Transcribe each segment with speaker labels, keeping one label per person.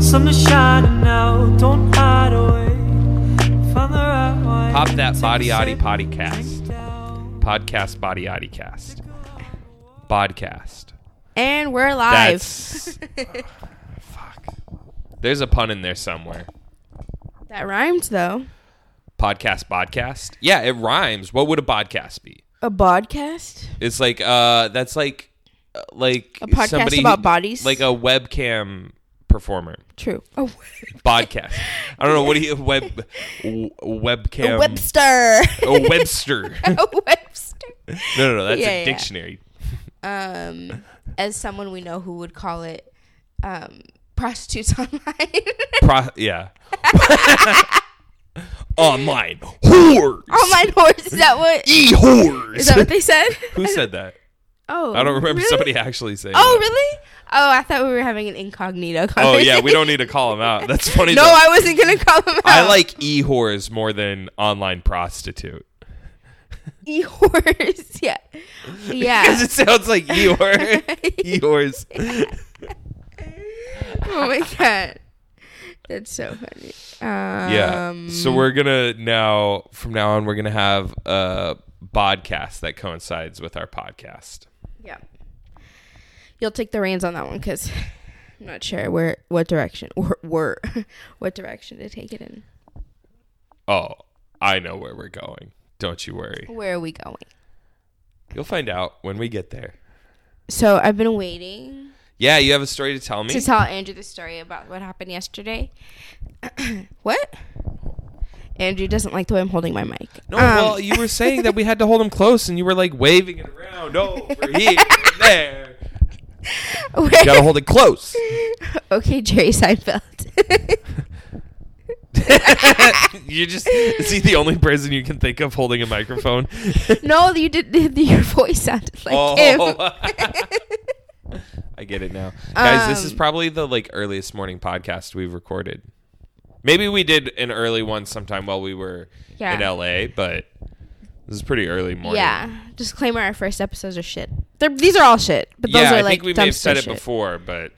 Speaker 1: sun is shining now, don't hide away. Find the right way.
Speaker 2: Pop that body
Speaker 1: Take a
Speaker 2: oddy
Speaker 1: sip,
Speaker 2: podcast.
Speaker 1: drink down.
Speaker 2: Podcast body oddy cast. Podcast.
Speaker 3: And we're live.
Speaker 2: That's fuck. There's a pun in there somewhere.
Speaker 3: That rhymes though.
Speaker 2: Podcast podcast. Yeah, it rhymes. What would a podcast be?
Speaker 3: A podcast?
Speaker 2: It's like uh that's like uh, like
Speaker 3: A podcast
Speaker 2: somebody
Speaker 3: about bodies?
Speaker 2: Like a webcam performer.
Speaker 3: True. A, w-
Speaker 2: Podcast. I don't know what do you web w- webcam
Speaker 3: a Webster.
Speaker 2: a Webster. no,
Speaker 3: a Webster.
Speaker 2: no, no, that's
Speaker 3: Yeah,
Speaker 2: a
Speaker 3: yeah.
Speaker 2: dictionary.
Speaker 3: Um, as someone we know who would call it, um, prostitutes online.
Speaker 2: Pro- yeah. Online whores.
Speaker 3: online horse. Is that what?
Speaker 2: E whores.
Speaker 3: Is that what they said?
Speaker 2: Who said that?
Speaker 3: Oh,
Speaker 2: I don't remember
Speaker 3: really?
Speaker 2: somebody actually saying.
Speaker 3: Oh,
Speaker 2: that.
Speaker 3: really? Oh, I thought we were having an incognito.
Speaker 2: Oh
Speaker 3: Conversation.
Speaker 2: yeah, we don't need to call them out. That's funny.
Speaker 3: no,
Speaker 2: though.
Speaker 3: I wasn't gonna call him. Out.
Speaker 2: I like e whores more than online prostitute
Speaker 3: e horse. Yeah,
Speaker 2: because
Speaker 3: yeah.
Speaker 2: it sounds like e whore. e whores.
Speaker 3: oh my god, that's so funny. Um,
Speaker 2: Yeah. so we're gonna now from now on we're gonna have a podcast that coincides with our podcast.
Speaker 3: Yeah. You'll take the reins on that one because I'm not sure where what direction or were what direction to take it in.
Speaker 2: Oh, I know where we're going. Don't you worry.
Speaker 3: Where are we going?
Speaker 2: You'll find out when we get there.
Speaker 3: So I've been waiting
Speaker 2: Yeah, you have a story to tell me.
Speaker 3: to tell Andrew the story about what happened yesterday. what? Andrew doesn't like the way I'm holding my mic.
Speaker 2: no,
Speaker 3: Um,
Speaker 2: well, you were saying that we had to hold him close, and you were like waving it around over here, and there. You gotta hold it close.
Speaker 3: okay, Jerry Seinfeld.
Speaker 2: you just is he the only person you can think of holding a microphone?
Speaker 3: no, you did. Your voice sounded like
Speaker 2: Oh.
Speaker 3: him.
Speaker 2: I get it now, guys. This is
Speaker 3: Um,
Speaker 2: probably the like earliest morning podcast we've recorded. Maybe we did an early one sometime while we were
Speaker 3: Yeah.
Speaker 2: in LA, but this is pretty early morning.
Speaker 3: Yeah. Disclaimer: Our first episodes are shit. They're, these are all shit, but those
Speaker 2: yeah.
Speaker 3: are
Speaker 2: I
Speaker 3: like
Speaker 2: think we may have
Speaker 3: dumpster
Speaker 2: said it
Speaker 3: shit. Um,
Speaker 2: before, but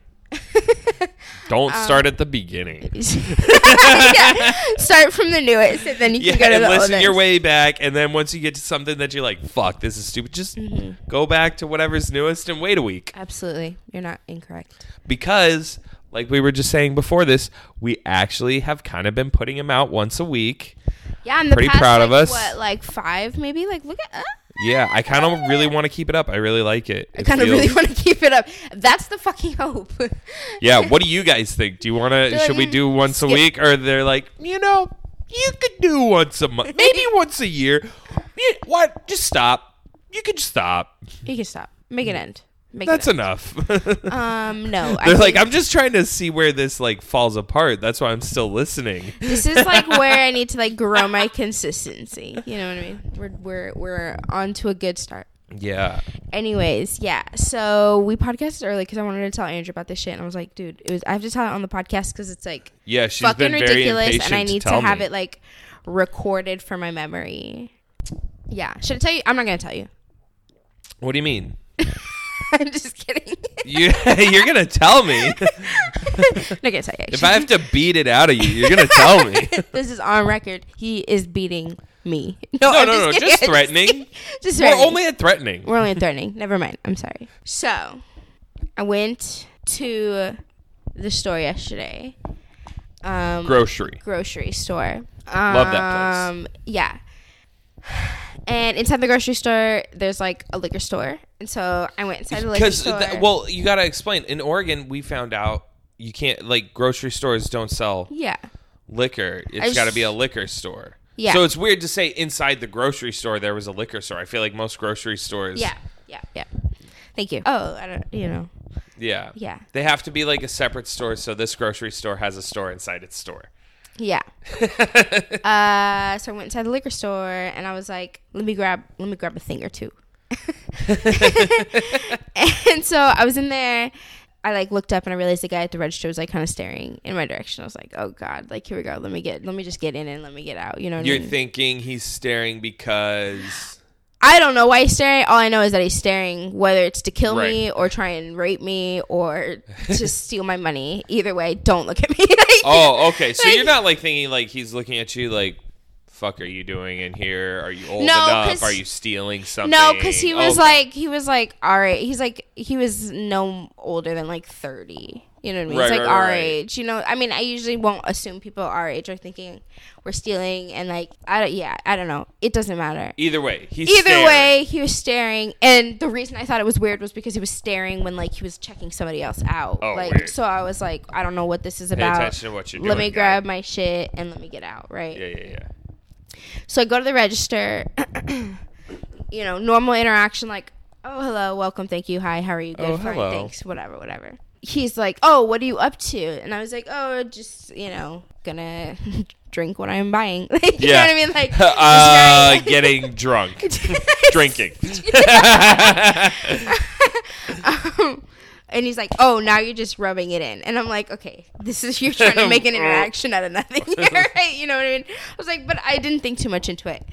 Speaker 2: don't start at the beginning.
Speaker 3: yeah. Start from the newest, and then you
Speaker 2: Yeah,
Speaker 3: can go to
Speaker 2: and
Speaker 3: the
Speaker 2: listen
Speaker 3: oldest.
Speaker 2: your way back, and then once you get to something that you're like, "Fuck, this is stupid," just
Speaker 3: Mm-hmm.
Speaker 2: go back to whatever's newest and wait a week.
Speaker 3: Absolutely, you're not incorrect.
Speaker 2: because like we were just saying before this we actually have kind of been putting them out once a week
Speaker 3: Yeah, I'm the
Speaker 2: Pretty
Speaker 3: past,
Speaker 2: proud of
Speaker 3: like,
Speaker 2: us.
Speaker 3: What, like five, maybe? Like, look at. Uh,
Speaker 2: yeah i kind of really want to keep it up i really like it
Speaker 3: I kind of really want to keep it up. That's the fucking hope.
Speaker 2: yeah what do you guys think do you want to
Speaker 3: They're like,
Speaker 2: should we
Speaker 3: mm,
Speaker 2: do once a
Speaker 3: skip.
Speaker 2: week or they're like you know you could do once a month maybe once a year You- what just stop you could stop
Speaker 3: you can stop. Make
Speaker 2: Mm.
Speaker 3: it end. Make
Speaker 2: that's
Speaker 3: it
Speaker 2: enough
Speaker 3: end. um no. I
Speaker 2: they're like
Speaker 3: think
Speaker 2: i'm just trying to see where this like falls apart that's why i'm still listening
Speaker 3: this is like where I need to like grow my consistency. You know what I mean? We're we're we're on to a good start.
Speaker 2: yeah
Speaker 3: Anyways, yeah. So we podcasted early because I wanted to tell Andrew about this shit, and I was like, dude, it was. I have to tell it on the podcast because it's like
Speaker 2: yeah she's been
Speaker 3: fucking
Speaker 2: very
Speaker 3: ridiculous,
Speaker 2: impatient
Speaker 3: and I need to,
Speaker 2: tell
Speaker 3: have
Speaker 2: me.
Speaker 3: it like recorded for my memory. Yeah, should I tell you? I'm not gonna tell you.
Speaker 2: what do you mean
Speaker 3: I'm just kidding.
Speaker 2: You, you're gonna tell me
Speaker 3: I'm not gonna tell you.
Speaker 2: if I have to beat it out of you. You're gonna tell me.
Speaker 3: actually. this is on record. He is beating me. No,
Speaker 2: No,
Speaker 3: I'm
Speaker 2: no, no,
Speaker 3: kidding.
Speaker 2: just
Speaker 3: I'm
Speaker 2: threatening.
Speaker 3: kidding. Just
Speaker 2: We're
Speaker 3: threatening.
Speaker 2: only at threatening.
Speaker 3: We're only threatening. Never mind. I'm sorry. So, I went to the store yesterday. Um,
Speaker 2: Grocery.
Speaker 3: grocery store. Um,
Speaker 2: Love that place.
Speaker 3: Yeah. And inside the grocery store, there's like a liquor store, and so I went inside the liquor
Speaker 2: Because
Speaker 3: store.
Speaker 2: well, you gotta explain. In Oregon, we found out you can't like grocery stores don't sell
Speaker 3: yeah,
Speaker 2: liquor. It's
Speaker 3: just-
Speaker 2: got to be a liquor store.
Speaker 3: Yeah.
Speaker 2: So it's weird to say inside the grocery store there was a liquor store. I feel like most grocery stores.
Speaker 3: yeah, yeah, yeah. Thank you. Oh, I don't. You know.
Speaker 2: Yeah.
Speaker 3: Yeah.
Speaker 2: They have to be like a separate store. So this grocery store has a store inside its store.
Speaker 3: Yeah. uh, so I went inside the liquor store, and I was like, "Let me grab, let me grab a thing or two. and so I was in there. I like looked up and I realized the guy at the register was like kind of staring in my direction. I was like, "Oh God! Like here we go. Let Mm. me get, let me just get in and let me get out." You know what I
Speaker 2: You're
Speaker 3: mean?
Speaker 2: thinking he's staring because
Speaker 3: I don't know why he's staring. All I know is that he's staring, whether it's to kill me
Speaker 2: Right.
Speaker 3: or try and rape me or to steal my money. Either way, don't look at me. Like,
Speaker 2: Oh, okay. So
Speaker 3: like-
Speaker 2: you're not like thinking like he's looking at you like, "Fuck, are you doing in here? Are you old
Speaker 3: No,
Speaker 2: enough?
Speaker 3: 'cause-
Speaker 2: Are you stealing something?" Oh,
Speaker 3: No, because he was
Speaker 2: Okay.
Speaker 3: like, he was like, all right. He's like, he was no older than like 30. You know what I mean?
Speaker 2: Right,
Speaker 3: it's
Speaker 2: right,
Speaker 3: like our
Speaker 2: right.
Speaker 3: age. You know, I mean, I usually won't assume people our age are thinking we're stealing and like, I don't, yeah, I don't know. It doesn't matter.
Speaker 2: either way. He's
Speaker 3: Either
Speaker 2: staring.
Speaker 3: way, he was staring, and the reason I thought it was weird was because he was staring when like he was checking somebody else out.
Speaker 2: Oh,
Speaker 3: like
Speaker 2: weird.
Speaker 3: so, I was like, I don't know what this is
Speaker 2: pay
Speaker 3: about.
Speaker 2: attention to what you're doing.
Speaker 3: Let me
Speaker 2: guy.
Speaker 3: grab my shit and let me get out. Right.
Speaker 2: Yeah, yeah, yeah.
Speaker 3: So I go to the register. you know, normal interaction like, "Oh, hello, welcome, thank you, hi, how are you? Good,
Speaker 2: Oh,
Speaker 3: fine,
Speaker 2: hello.
Speaker 3: thanks, whatever, whatever." He's like, "Oh, what are you up to?" And I was like, "Oh, just you know, gonna drink what I'm buying." Like, you know what I mean? Like,
Speaker 2: uh,
Speaker 3: it's very-
Speaker 2: getting drunk, drinking.
Speaker 3: Um, and he's like, "Oh, now you're just rubbing it in." And I'm like, "Okay, this is you're trying to make an interaction out of nothing, here, right? You know what I mean?" I was like, "But I didn't think too much into it."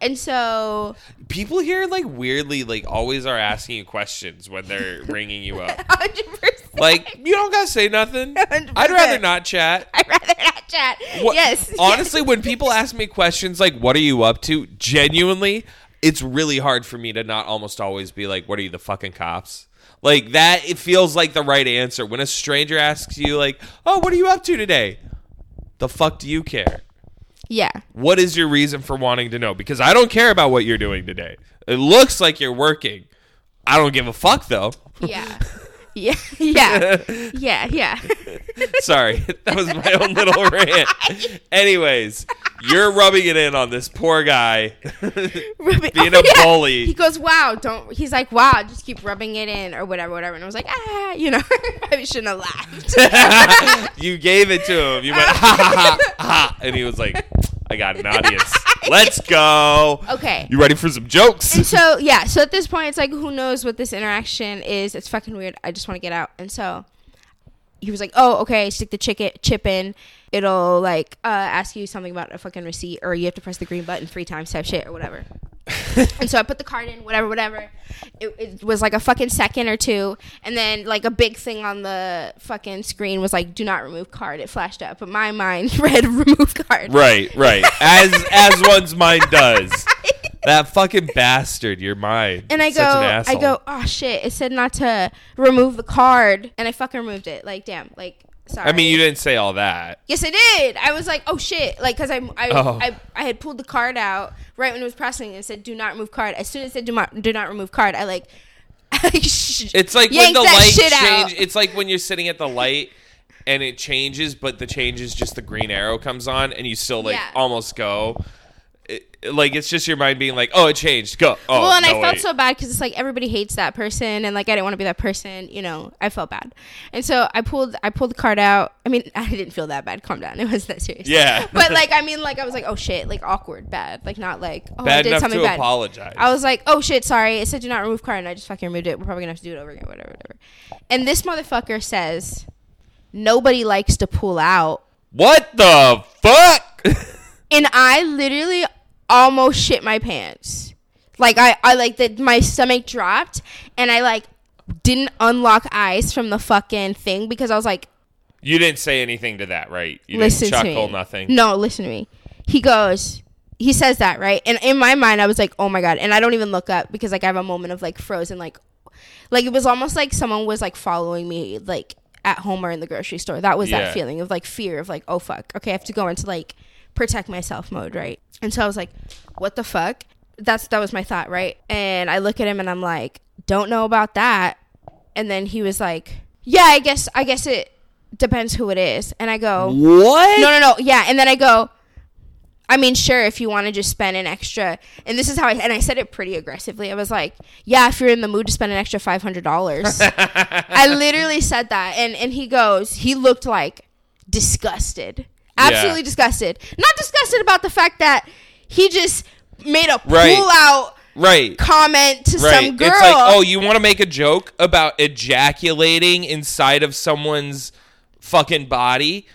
Speaker 3: And so
Speaker 2: People here like weirdly like always are asking you questions when they're ringing you up.
Speaker 3: hundred percent.
Speaker 2: Like you don't gotta say nothing. i would
Speaker 3: 100%.
Speaker 2: rather not chat.
Speaker 3: I'd rather not chat.
Speaker 2: What-
Speaker 3: yes.
Speaker 2: Honestly, when people ask me questions like "What are you up to?" genuinely, it's really hard for me to not almost always be like, "What are you, the fucking cops?" Like that, it feels like the right answer. When a stranger asks you like, "Oh, what are you up to today?" The fuck do you care?
Speaker 3: yeah.
Speaker 2: What is your reason for wanting to know? Because I don't care about what you're doing today. It looks like you're working. I don't give a fuck though.
Speaker 3: Yeah. Yeah. Yeah. Yeah. Yeah.
Speaker 2: Sorry, that was my own little rant. Anyways, you're rubbing it in on this poor guy.
Speaker 3: Rubbing-
Speaker 2: Being
Speaker 3: oh,
Speaker 2: a
Speaker 3: yeah.
Speaker 2: bully.
Speaker 3: He goes, "Wow, don't." He's like, "Wow, just keep rubbing it in or whatever, whatever." And I was like, "Ah, you know, I shouldn't have laughed."
Speaker 2: you gave it to him. You went ha ha ha ha, and he was like, "I got an audience. Let's go."
Speaker 3: okay.
Speaker 2: You ready for some jokes?
Speaker 3: And so yeah, so at this point, it's like, who knows what this interaction is? It's fucking weird. I just want to get out. And so he was like, "Oh, okay, stick the chicken chip in. It'll like uh, ask you something about a fucking receipt, or you have to press the green button three times, type shit, or whatever." and so I put the card in, whatever, whatever. It, it was like a fucking second or two, and then like a big thing on the fucking screen was like, "Do not remove card." It flashed up, but my mind read "remove card."
Speaker 2: right, right. As as one's mind does. That fucking bastard, your mind.
Speaker 3: And I
Speaker 2: Such an
Speaker 3: go, I
Speaker 2: asshole.
Speaker 3: go, oh shit! It said not to remove the card, and I fucking removed it. Like, damn, like, sorry.
Speaker 2: I mean, you didn't say all that.
Speaker 3: Yes, I did. I was like, oh shit! Like, cause I, I,
Speaker 2: Oh.
Speaker 3: I, I had pulled the card out right when it was processing, and it said do not remove card. As soon as it said do not, do not remove card, I like, I like sh-
Speaker 2: It's like when
Speaker 3: yanked
Speaker 2: the
Speaker 3: that
Speaker 2: light
Speaker 3: shit out.
Speaker 2: change. It's like when you're sitting at the light and it changes, but the change is just the green arrow comes on, and you still like
Speaker 3: Yeah.
Speaker 2: almost go. It- like it's just your mind being like, "Oh, it changed. Go." Oh,
Speaker 3: well, and I
Speaker 2: no,
Speaker 3: felt
Speaker 2: wait.
Speaker 3: so bad because it's like everybody hates that person, and like I didn't want to be that person. You know, I felt bad, and so I pulled I pulled the card out. I mean, I didn't feel that bad. Calm down, it wasn't that serious.
Speaker 2: Yeah.
Speaker 3: but like I mean, like I was like, oh shit, like awkward, bad, like not like oh I
Speaker 2: bad
Speaker 3: did
Speaker 2: enough
Speaker 3: something
Speaker 2: to
Speaker 3: bad.
Speaker 2: apologize.
Speaker 3: I was like, oh shit, sorry. It said do not remove card, and I just fucking removed it. We're probably gonna have to do it over again, whatever, whatever. And this motherfucker says, nobody likes to pull out,
Speaker 2: what the fuck?
Speaker 3: and I literally almost shit my pants. Like I, I like that my stomach dropped, and I like didn't unlock eyes from the fucking thing because I was like,
Speaker 2: you didn't say anything to that, right? You
Speaker 3: listen
Speaker 2: didn't
Speaker 3: to me.
Speaker 2: chuckle nothing.
Speaker 3: No, listen to me. He goes, he says that right, and in my mind, I was like, oh my god, and I don't even look up because like I have a moment of like frozen, like, like it was almost like someone was like following me, like at home or in the grocery store. That was
Speaker 2: Yeah.
Speaker 3: that feeling of like fear of like, oh fuck, okay, I have to go into like protect myself mode, right? And so I was like, what the fuck? That's that was my thought, right? And I look at him and I'm like, don't know about that. And then he was like, yeah, I guess I guess it depends who it is. And I go,
Speaker 2: What?
Speaker 3: no, no, no. Yeah, and then I go. I mean, sure, if you want to just spend an extra, and this is how I and I said it pretty aggressively. I was like, "Yeah, if you're in the mood to spend an extra five hundred dollars," I literally said that, and and he goes, he looked like disgusted, absolutely
Speaker 2: Yeah.
Speaker 3: disgusted, not disgusted about the fact that he just made a pull
Speaker 2: Right.
Speaker 3: out
Speaker 2: Right.
Speaker 3: comment to
Speaker 2: Right.
Speaker 3: some girl.
Speaker 2: It's like, oh, you want to make a joke about ejaculating inside of someone's fucking body?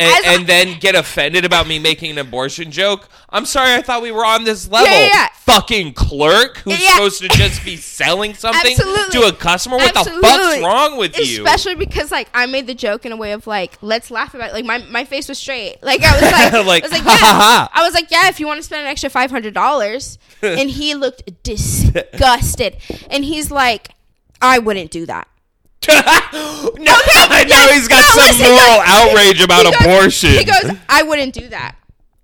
Speaker 2: and,
Speaker 3: as-
Speaker 2: and then get offended about me making an abortion joke. I'm sorry, I thought we were on this level.
Speaker 3: yeah, yeah.
Speaker 2: Fucking clerk who's
Speaker 3: Yeah.
Speaker 2: supposed to just be selling something
Speaker 3: Absolutely.
Speaker 2: to a customer. What the fuck's
Speaker 3: Absolutely.
Speaker 2: wrong with you?
Speaker 3: Especially because like I made the joke in a way of like, let's laugh about it. Like my, my face was straight. Like I was like,
Speaker 2: Like,
Speaker 3: I was like,
Speaker 2: ha,
Speaker 3: yeah.
Speaker 2: ha, ha.
Speaker 3: I was like, yeah, if you want to spend an extra five hundred dollars. and he looked disgusted. And he's like, I wouldn't do that.
Speaker 2: no,
Speaker 3: Okay,
Speaker 2: now
Speaker 3: yes,
Speaker 2: he's got
Speaker 3: no,
Speaker 2: some
Speaker 3: listen, he
Speaker 2: moral
Speaker 3: goes-
Speaker 2: outrage about
Speaker 3: he goes-
Speaker 2: abortion.
Speaker 3: He goes, I wouldn't do that.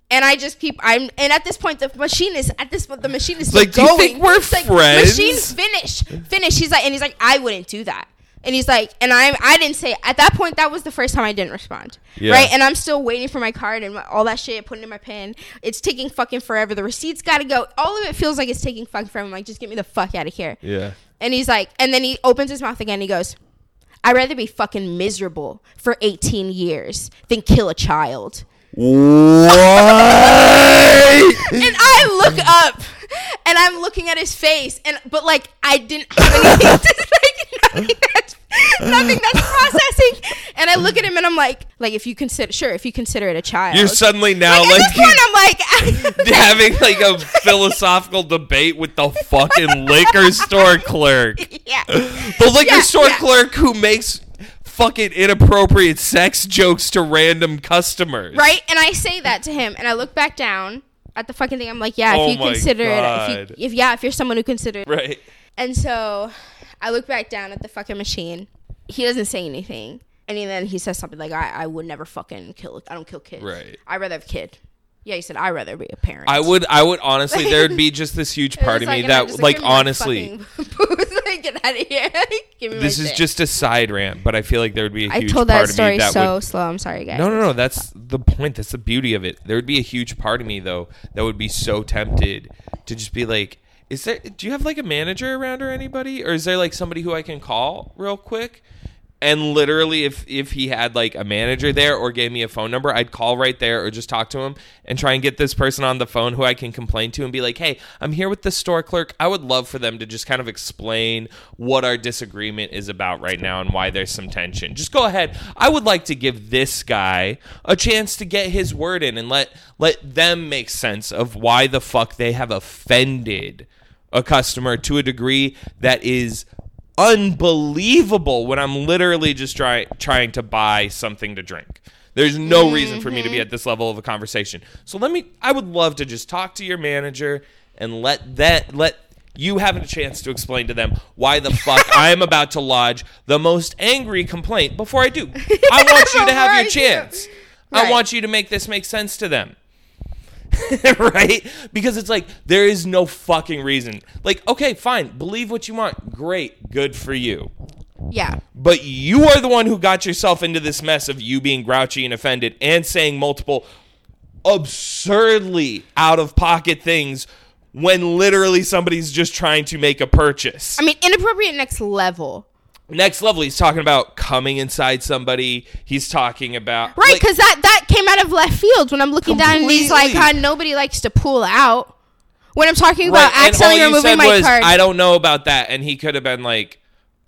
Speaker 3: And I just keep I'm and at this point the machine is at this point the machine is still
Speaker 2: Like, do you
Speaker 3: going.
Speaker 2: think we're
Speaker 3: It's like,
Speaker 2: friends?
Speaker 3: Machine finish, finish. He's like and he's like I wouldn't do that. And he's like and I'm I didn't say at that point that was the first time I didn't respond.
Speaker 2: Yeah.
Speaker 3: Right? And I'm still waiting for my card and my, all that shit putting in my pin. It's taking fucking forever. The receipt's got to go. All of it feels like it's taking fucking forever. I'm like just get me the fuck out of here.
Speaker 2: yeah.
Speaker 3: And he's like, and then he opens his mouth again. And he goes, I'd rather be fucking miserable for 18 years than kill a child.
Speaker 2: What?
Speaker 3: And I look up and I'm looking at his face, and but like, I didn't have anything to like, nothing that's, nothing that's processing. And I look at him and I'm like, like, if you consider, sure, if you consider it a child.
Speaker 2: You're suddenly now
Speaker 3: like,
Speaker 2: like,
Speaker 3: at this point, I'm like,
Speaker 2: having like a philosophical debate with the fucking liquor store clerk.
Speaker 3: yeah.
Speaker 2: The liquor
Speaker 3: Yeah,
Speaker 2: store
Speaker 3: yeah.
Speaker 2: clerk who makes fucking inappropriate sex jokes to random customers.
Speaker 3: Right? And I say that to him, and I look back down at the fucking thing. I'm like, yeah, if
Speaker 2: Oh
Speaker 3: you
Speaker 2: my
Speaker 3: consider it,
Speaker 2: God.
Speaker 3: if you, if yeah, if you're someone who considers,
Speaker 2: Right.
Speaker 3: and so I look back down at the fucking machine. He doesn't say anything, and then he says something like, I, I would never fucking kill. I don't kill kids.
Speaker 2: Right.
Speaker 3: I'd rather have a kid. Yeah, he said I'd rather be a parent.
Speaker 2: I would I would honestly there'd be just this huge
Speaker 3: It was
Speaker 2: part of
Speaker 3: like-
Speaker 2: me
Speaker 3: and I'm
Speaker 2: that
Speaker 3: just
Speaker 2: like
Speaker 3: give me my
Speaker 2: honestly
Speaker 3: fucking booze. Like, get out of here. Give me my
Speaker 2: this is
Speaker 3: shit.
Speaker 2: just a side rant, but I feel like there would be a
Speaker 3: I
Speaker 2: huge
Speaker 3: told
Speaker 2: part
Speaker 3: that
Speaker 2: of
Speaker 3: story
Speaker 2: me that would
Speaker 3: so slow. I'm sorry, guys.
Speaker 2: No, no, no. That's the point. That's the beauty of it. There would be a huge part of me though that would be so tempted to just be like, "Is there? Do you have like a manager around or anybody, or is there like somebody who I can call real quick?" And literally, if if he had like a manager there or gave me a phone number, I'd call right there or just talk to him and try and get this person on the phone who I can complain to and be like, "Hey, I'm here with the store clerk. I would love for them to just kind of explain what our disagreement is about right now and why there's some tension. Just go ahead. I would like to give this guy a chance to get his word in and let let them make sense of why the fuck they have offended a customer to a degree that is unbelievable when I'm literally just try, trying to buy something to drink. There's no reason for me to be at this level of a conversation. So let me I would love to just talk to your manager and let that let you have a chance to explain to them why the fuck I am about to lodge the most angry complaint before I do. I want you to
Speaker 3: Before
Speaker 2: have
Speaker 3: I
Speaker 2: your
Speaker 3: do.
Speaker 2: chance. I
Speaker 3: Right.
Speaker 2: want you to make this make sense to them. right? Because it's like there is no fucking reason. Like, okay, fine, believe what you want. Great, good for you.
Speaker 3: Yeah.
Speaker 2: But you are the one who got yourself into this mess of you being grouchy and offended and saying multiple absurdly out of pocket things when literally somebody's just trying to make a purchase.
Speaker 3: I mean, inappropriate next level.
Speaker 2: Next level, he's talking about coming inside somebody. He's talking about
Speaker 3: Right,
Speaker 2: like-
Speaker 3: because that that came out of left field when I'm looking down and he's like,
Speaker 2: Completely.
Speaker 3: "Huh, nobody likes to pull out." When I'm talking about
Speaker 2: and
Speaker 3: accidentally
Speaker 2: all you
Speaker 3: removing
Speaker 2: said
Speaker 3: my
Speaker 2: was,
Speaker 3: card,
Speaker 2: I don't know about that, and he could have been like,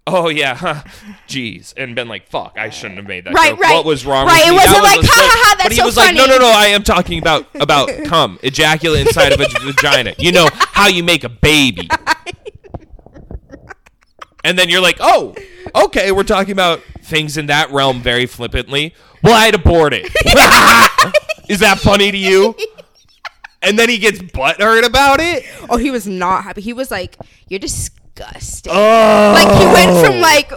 Speaker 2: "Oh yeah, huh, geez," and been like, "Fuck, I shouldn't have made that."
Speaker 3: Right,
Speaker 2: joke.
Speaker 3: right.
Speaker 2: What was wrong?
Speaker 3: Right,
Speaker 2: with
Speaker 3: it
Speaker 2: me?
Speaker 3: wasn't
Speaker 2: That was
Speaker 3: like,
Speaker 2: a
Speaker 3: "Ha,
Speaker 2: slip."
Speaker 3: ha, ha,
Speaker 2: But
Speaker 3: that's
Speaker 2: he
Speaker 3: so
Speaker 2: was like, "No, no,
Speaker 3: funny."
Speaker 2: no, I am talking about about cum, ejaculate inside of a vagina. You know how you make a baby." And then you're like, "Oh, okay, we're talking about things in that realm very flippantly." Well, I'd abort it. Is that funny to you? And then he gets butthurt about it.
Speaker 3: oh, he was not happy. He was like, "You're disgusting."
Speaker 2: Oh.
Speaker 3: Like he went from like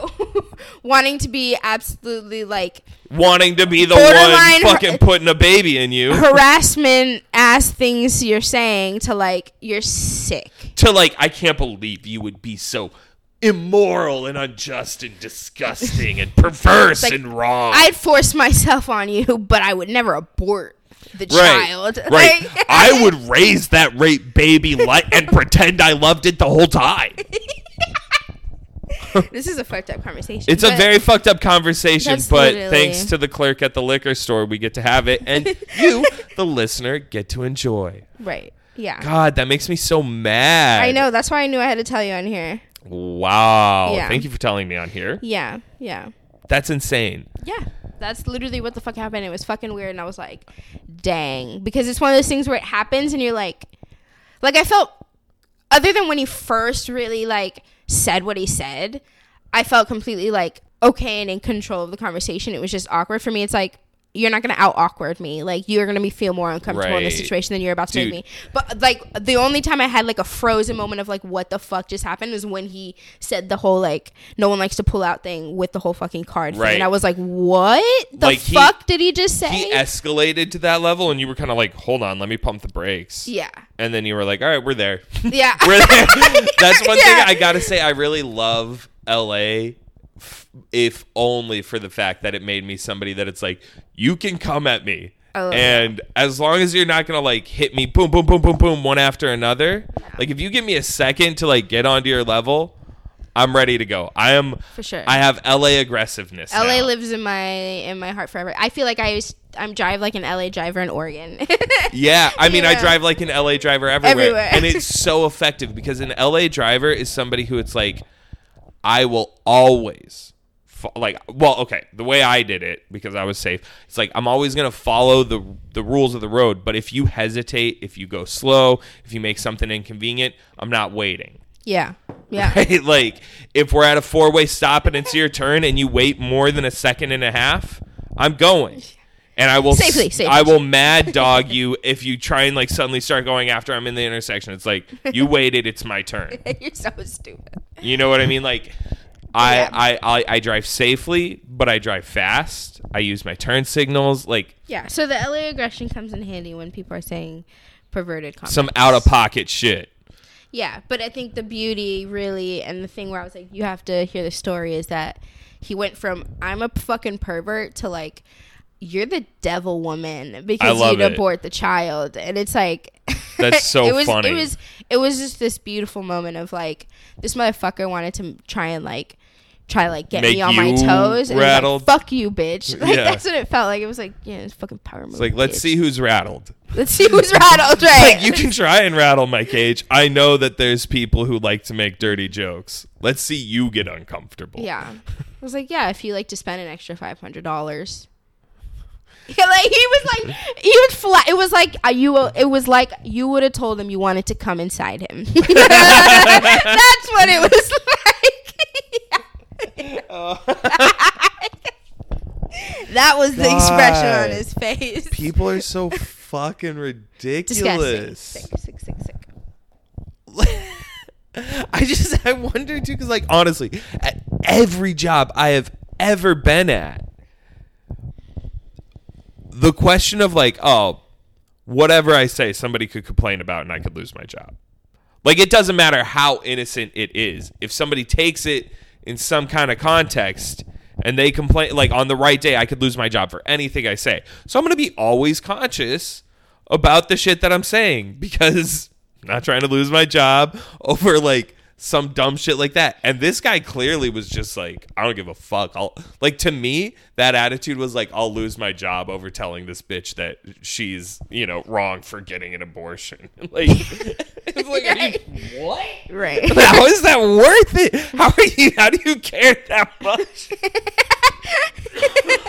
Speaker 3: wanting to be absolutely like
Speaker 2: wanting to be the one
Speaker 3: borderline
Speaker 2: fucking
Speaker 3: har-
Speaker 2: putting a baby in you
Speaker 3: harassment ass things you're saying to like you're sick.
Speaker 2: to like I can't believe you would be so immoral and unjust and disgusting and perverse
Speaker 3: Like,
Speaker 2: and wrong.
Speaker 3: I'd force myself on you, but I would never abort the
Speaker 2: right.
Speaker 3: child.
Speaker 2: Right.
Speaker 3: Like-
Speaker 2: I would raise that rape baby li- and pretend I loved it the whole time.
Speaker 3: This is a fucked up conversation.
Speaker 2: It's a
Speaker 3: but-
Speaker 2: very fucked up conversation,
Speaker 3: That's
Speaker 2: but
Speaker 3: literally-
Speaker 2: thanks to the clerk at the liquor store, we get to have it and you, the listener, get to enjoy.
Speaker 3: right. Yeah.
Speaker 2: God, that makes me so mad.
Speaker 3: I know. That's why I knew I had to tell you on here.
Speaker 2: Wow.
Speaker 3: Yeah.
Speaker 2: Thank you for telling me on here.
Speaker 3: Yeah. Yeah.
Speaker 2: That's insane.
Speaker 3: Yeah. That's literally what the fuck happened. It was fucking weird, and I was like, dang, because it's one of those things where it happens, and you're like, like I felt, other than when he first really like said what he said, I felt completely like okay and in control of the conversation. It was just awkward for me. It's like. You're not gonna out awkward me. Like you're gonna be feel more uncomfortable in this
Speaker 2: Right.
Speaker 3: situation than you're about to
Speaker 2: Dude.
Speaker 3: make me. But like the only time I had like a frozen moment of like what the fuck just happened was when he said the whole like no one likes to pull out thing with the whole fucking card thing.
Speaker 2: Right.
Speaker 3: And I was like, what the
Speaker 2: Like, he-
Speaker 3: fuck did he just say?
Speaker 2: He escalated to that level, and you were kind of like, "Hold on, let me pump the brakes."
Speaker 3: yeah,
Speaker 2: And then you were like, "All right, we're there.
Speaker 3: yeah.
Speaker 2: we're there." That's one
Speaker 3: Yeah.
Speaker 2: thing I gotta say. I really love L.A. f- If only for the fact that it made me somebody that it's like you can come at me,
Speaker 3: I love
Speaker 2: and as long as you're not gonna like hit me, boom, boom, boom, boom, boom, one after another. Like if you give me a second to like get onto your level, I'm ready to go. I am
Speaker 3: For sure.
Speaker 2: I have L.A. aggressiveness.
Speaker 3: LA
Speaker 2: now.
Speaker 3: lives in my in my heart forever. I feel like I was, I'm drive like an LA driver in Oregon.
Speaker 2: Yeah, I mean, I
Speaker 3: Yeah.
Speaker 2: drive like an LA driver everywhere,
Speaker 3: Everywhere.
Speaker 2: and it's so effective because an LA driver is somebody who it's like, I will always, fo- like, well, okay, the way I did it because I was safe. It's like I'm always gonna follow the the rules of the road, but if you hesitate, if you go slow, if you make something inconvenient, I'm not waiting.
Speaker 3: yeah, yeah.
Speaker 2: Right? Like, if we're at a four way stop and it's your turn and you wait more than a second and a half, I'm going. And I will
Speaker 3: Safely, safely.
Speaker 2: I will mad dog you if you try and like suddenly start going after I'm in the intersection. It's like you waited, it's my turn.
Speaker 3: You're so stupid.
Speaker 2: You know what I mean? Like I,
Speaker 3: Yeah.
Speaker 2: I, I I drive safely, but I drive fast. I use my turn signals, like
Speaker 3: Yeah. So the LA aggression comes in handy when people are saying perverted comments.
Speaker 2: some out of pocket shit.
Speaker 3: Yeah, but I think the beauty really and the thing where I was like, you have to hear the story is that he went from I'm a fucking pervert to like you're the devil woman because
Speaker 2: love
Speaker 3: you'd
Speaker 2: it.
Speaker 3: abort the child, and it's like
Speaker 2: That's so
Speaker 3: it was,
Speaker 2: funny.
Speaker 3: It was it was just this beautiful moment of like this motherfucker wanted to try and like try to, like get
Speaker 2: Make
Speaker 3: me on my
Speaker 2: you
Speaker 3: toes and it was
Speaker 2: rattled.
Speaker 3: like, fuck you bitch like
Speaker 2: Yeah.
Speaker 3: that's what it felt like it was like yeah it's fucking power move
Speaker 2: It's like let's
Speaker 3: bitch.
Speaker 2: see who's rattled.
Speaker 3: let's see who's rattled right
Speaker 2: Like you can try and rattle my cage. I know that there's people who like to make dirty jokes. Let's see you get uncomfortable.
Speaker 3: Yeah. I was like, yeah, if you like to spend an extra five hundred dollars. Yeah, like he was like he was flat. It was like uh, you. will- It was like you would have told him you wanted to come inside him. That's what it was like.
Speaker 2: Oh.
Speaker 3: that was the expression on
Speaker 2: God.
Speaker 3: his face.
Speaker 2: People are so fucking
Speaker 3: Disgusting.
Speaker 2: ridiculous.
Speaker 3: Sick, sick, sick, sick.
Speaker 2: I just I wonder too cuz like honestly, at every job I have ever been at, the question of like, oh, whatever I say, somebody could complain about and I could lose my job. Like it doesn't matter how innocent it is. If somebody takes it in some kind of context and they complain like on the right day I could lose my job for anything I say. So I'm going to be always conscious about the shit that I'm saying because I'm not trying to lose my job over like some dumb shit like that. And this guy clearly was just like, I don't give a fuck. I'll like to me, that attitude was like, I'll lose my job over telling this bitch that she's, you know, wrong for getting an abortion. like it's like are you
Speaker 3: Right.
Speaker 2: how is that worth it? How are you? How do you care that much?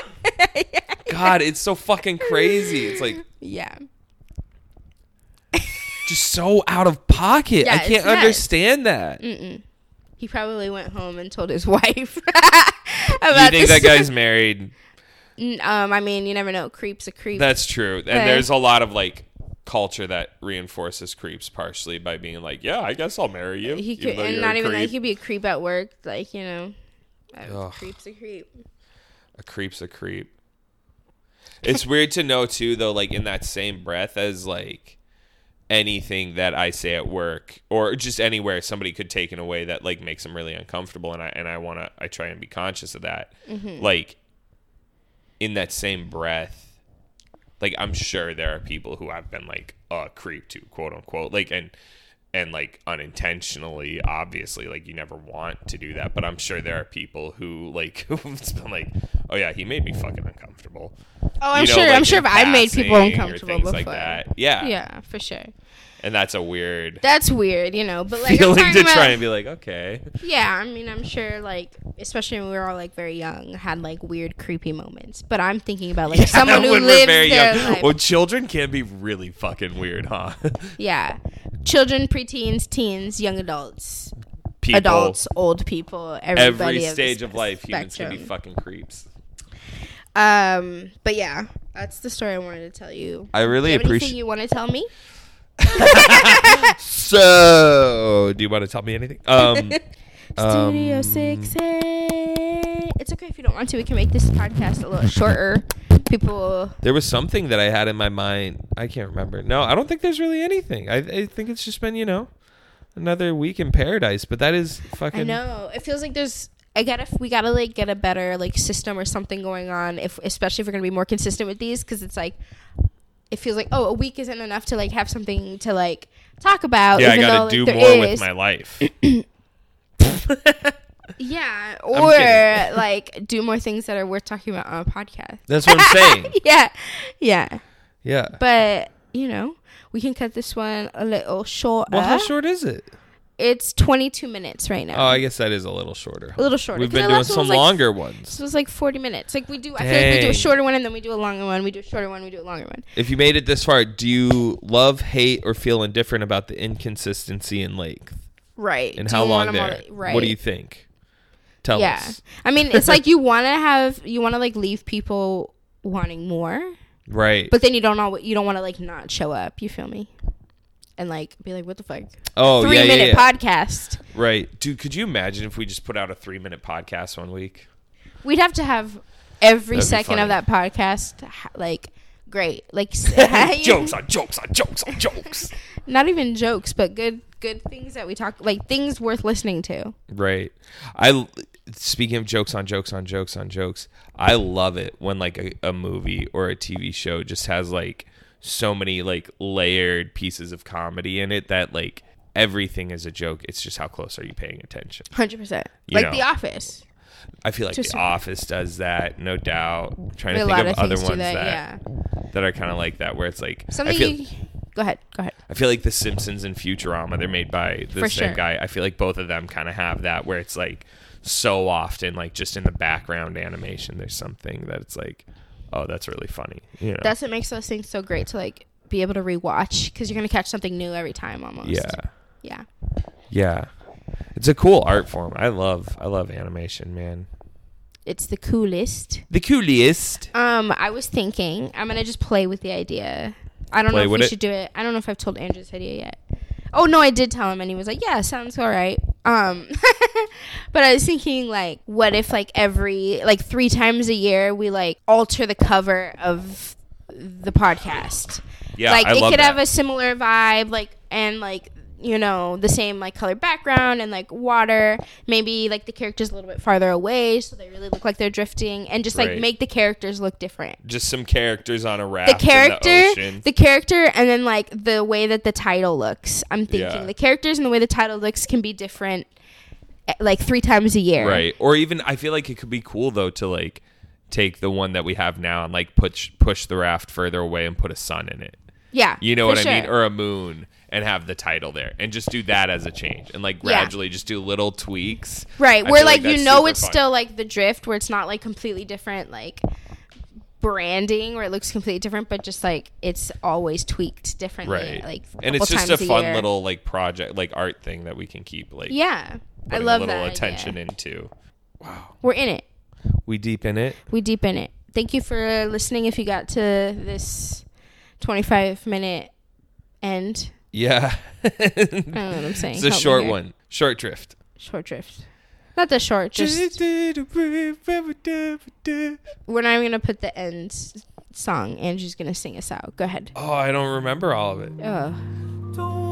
Speaker 2: God, it's so fucking crazy. It's like
Speaker 3: yeah.
Speaker 2: just so out of pocket.
Speaker 3: Yeah,
Speaker 2: I
Speaker 3: it's
Speaker 2: can't
Speaker 3: nuts.
Speaker 2: understand that. You
Speaker 3: He probably went home and told his wife about
Speaker 2: think that
Speaker 3: this.
Speaker 2: guy's married?
Speaker 3: N- Um, I mean, you never know. Creep's a creep.
Speaker 2: That's true. And
Speaker 3: Right.
Speaker 2: there's a lot of like culture that reinforces creeps partially by being like, yeah, I guess I'll marry you.
Speaker 3: he
Speaker 2: even
Speaker 3: could,
Speaker 2: though
Speaker 3: and
Speaker 2: you're
Speaker 3: not
Speaker 2: a
Speaker 3: even that.
Speaker 2: creep.
Speaker 3: He could be a creep at work. Like you know, Uh,
Speaker 2: Ugh.
Speaker 3: creep's a creep.
Speaker 2: A creep's a creep. It's weird to know too, though. Like in that same breath as like anything that I say at work or just anywhere, somebody could take in a way that like makes them really uncomfortable, and I and I want to I try and be conscious of that. Like in that same breath, like I'm sure there are people who I've been like a creep to, quote unquote, like and and like unintentionally, obviously, like you never want to do that, but I'm sure there are people who like it's been like, oh yeah, he made me fucking uncomfortable.
Speaker 3: Oh, I'm
Speaker 2: You know,
Speaker 3: sure.
Speaker 2: like,
Speaker 3: I'm sure
Speaker 2: in
Speaker 3: if I made people
Speaker 2: passing or
Speaker 3: uncomfortable
Speaker 2: things
Speaker 3: before.
Speaker 2: like that. Yeah.
Speaker 3: Yeah, for sure.
Speaker 2: and that's a weird
Speaker 3: That's weird, you know. But like, I'm
Speaker 2: feeling
Speaker 3: talking
Speaker 2: to
Speaker 3: about,
Speaker 2: try and be like, okay,
Speaker 3: yeah, I mean, I'm sure, like, especially when we were all like very young, had like weird, creepy moments. But I'm thinking about like someone who
Speaker 2: When we're
Speaker 3: lives their life.
Speaker 2: Well, children can be really fucking weird, huh?
Speaker 3: yeah, children, preteens, teens, young adults,
Speaker 2: People,
Speaker 3: adults, old people, everybody
Speaker 2: every
Speaker 3: of the
Speaker 2: stage
Speaker 3: spe-
Speaker 2: of life, humans can be fucking
Speaker 3: spectrum.
Speaker 2: creeps.
Speaker 3: Um, but yeah, that's the story I wanted to tell you.
Speaker 2: I really
Speaker 3: you have anything you want to tell me?
Speaker 2: So, do you want to tell me anything? Um,
Speaker 3: Studio Six A. It's okay if you don't want to. We can make this podcast a little shorter. People,
Speaker 2: there was something that I had in my mind. I can't remember. No, I don't think there's really anything. I, I think it's just been, you know, another week in paradise. But that is fucking.
Speaker 3: I know it feels like there's. I gotta, we gotta like get a better like system or something going on. If especially if we're gonna be more consistent with these, because it's like, it feels like oh, a week isn't enough to like have something to like talk about.
Speaker 2: Yeah, I
Speaker 3: even
Speaker 2: gotta
Speaker 3: though,
Speaker 2: do
Speaker 3: like, there
Speaker 2: more with
Speaker 3: is.
Speaker 2: my life.
Speaker 3: Yeah,
Speaker 2: kidding.
Speaker 3: or like do more things that are worth talking about on a podcast.
Speaker 2: That's what I'm saying.
Speaker 3: Yeah, yeah.
Speaker 2: Yeah.
Speaker 3: But you know, we can cut this one a little shorter.
Speaker 2: well, how short is it?
Speaker 3: It's 22 minutes right
Speaker 2: Oh,
Speaker 3: now.
Speaker 2: I guess that is a little shorter.
Speaker 3: a little shorter.
Speaker 2: We've
Speaker 3: 'cause
Speaker 2: been
Speaker 3: our
Speaker 2: doing
Speaker 3: last one
Speaker 2: some
Speaker 3: was, like,
Speaker 2: longer ones.
Speaker 3: This was like 40 minutes. Like we do, I feel like we do
Speaker 2: Dang.
Speaker 3: a shorter one and then we do a longer one. We do a shorter one. We do a longer one.
Speaker 2: If you made it this far, do you love, hate, or feel indifferent about the inconsistency in length
Speaker 3: Right.
Speaker 2: and
Speaker 3: Do
Speaker 2: how
Speaker 3: you
Speaker 2: long
Speaker 3: want 'em all
Speaker 2: there?
Speaker 3: to- right.
Speaker 2: What do you think? Tell
Speaker 3: yeah.
Speaker 2: us.
Speaker 3: I mean, it's like you want to have, you want to like leave people wanting more,
Speaker 2: Right.
Speaker 3: but then you don't always, you don't want to like not show up. You feel me? And like be like, what the fuck?
Speaker 2: oh,
Speaker 3: Three
Speaker 2: yeah, yeah,
Speaker 3: minute
Speaker 2: yeah.
Speaker 3: podcast.
Speaker 2: right, dude. Could you imagine if we just put out a three-minute podcast one week?
Speaker 3: We'd have to have every
Speaker 2: That'd be
Speaker 3: second of
Speaker 2: funny.
Speaker 3: that podcast ha- like great, like s-
Speaker 2: jokes on jokes on jokes on jokes.
Speaker 3: Not even jokes, but good good things that we talk like things worth listening to.
Speaker 2: Right. I speaking of jokes on jokes on jokes on jokes, I love it when like a, a movie or a TV show just has like so many like layered pieces of comedy in it that like everything is a joke. It's just how close are you paying attention?
Speaker 3: Hundred percent,
Speaker 2: You
Speaker 3: like
Speaker 2: know.
Speaker 3: The Office.
Speaker 2: I feel like
Speaker 3: Just-
Speaker 2: The Office does that, no doubt. I'm trying
Speaker 3: A
Speaker 2: to
Speaker 3: lot
Speaker 2: think
Speaker 3: of
Speaker 2: of other
Speaker 3: things
Speaker 2: ones
Speaker 3: do that,
Speaker 2: that
Speaker 3: Yeah,
Speaker 2: that are kind of like that, where it's like
Speaker 3: something.
Speaker 2: I feel,
Speaker 3: you, go ahead, go ahead.
Speaker 2: I feel like The Simpsons and Futurama, they're made by the
Speaker 3: For
Speaker 2: same
Speaker 3: sure.
Speaker 2: guy. I feel like both of them kind of have that where it's like so often, like just in the background animation, there's something that it's like, oh, that's really funny. You know?
Speaker 3: That's what makes those things so great to like be able to rewatch because you're gonna catch something new every time almost.
Speaker 2: yeah,
Speaker 3: yeah.
Speaker 2: yeah. It's a cool art form. I love, I love animation, man.
Speaker 3: It's the coolest.
Speaker 2: The coolest.
Speaker 3: Um, I was thinking I'm gonna just play with the idea. I don't
Speaker 2: Play
Speaker 3: know if
Speaker 2: with
Speaker 3: we
Speaker 2: it?
Speaker 3: should do it. I don't know if I've told Andrew's idea yet. Oh no, I did tell him, and he was like, "Yeah, sounds all right." Um, but I was thinking like, what if like every like three times a year we like alter the cover of the podcast?
Speaker 2: Yeah,
Speaker 3: like
Speaker 2: I
Speaker 3: it
Speaker 2: love
Speaker 3: could have
Speaker 2: that.
Speaker 3: a similar vibe, like and like you know the same like color background and like water. Maybe like the characters a little bit farther away, so they really look like they're drifting, and just like
Speaker 2: Right.
Speaker 3: make the characters look different
Speaker 2: Just some characters on a raft.
Speaker 3: the
Speaker 2: in
Speaker 3: character,
Speaker 2: ocean.
Speaker 3: the, character, and then like the way that the title looks. I'm thinking
Speaker 2: Yeah.
Speaker 3: the characters and the way the title looks can be different, eh, like three times a year.
Speaker 2: right or even i feel like it could be cool though to like take the one that we have now and like push push the raft further away and put a sun in it
Speaker 3: Yeah.
Speaker 2: you know
Speaker 3: for
Speaker 2: what i mean
Speaker 3: sure.
Speaker 2: or a moon and have the title there and just do that as a change and like
Speaker 3: Yeah.
Speaker 2: gradually just do little tweaks
Speaker 3: right.
Speaker 2: I
Speaker 3: Where
Speaker 2: feel
Speaker 3: like,
Speaker 2: that's
Speaker 3: you know
Speaker 2: super
Speaker 3: it's
Speaker 2: fun.
Speaker 3: still like the drift, where it's not like completely different, like branding, where it looks completely different, but just like it's always tweaked differently.
Speaker 2: right
Speaker 3: Like,
Speaker 2: and
Speaker 3: couple
Speaker 2: it's just a
Speaker 3: times
Speaker 2: fun
Speaker 3: year.
Speaker 2: little like project like art thing that we can keep like
Speaker 3: Yeah, I
Speaker 2: putting
Speaker 3: love
Speaker 2: a little
Speaker 3: that
Speaker 2: attention
Speaker 3: Idea.
Speaker 2: into
Speaker 3: We're in it.
Speaker 2: we deep in it
Speaker 3: we deep in it. Thank you for listening. If you got to this 25 minute end,
Speaker 2: yeah it's
Speaker 3: I don't know what I'm saying.
Speaker 2: a
Speaker 3: Help me
Speaker 2: short
Speaker 3: here.
Speaker 2: one short drift
Speaker 3: Short drift. Not the short. Just we're not even gonna put the end s- song. Angie's gonna sing us out. Go ahead.
Speaker 2: oh i don't remember all of it
Speaker 3: Oh.
Speaker 1: Don't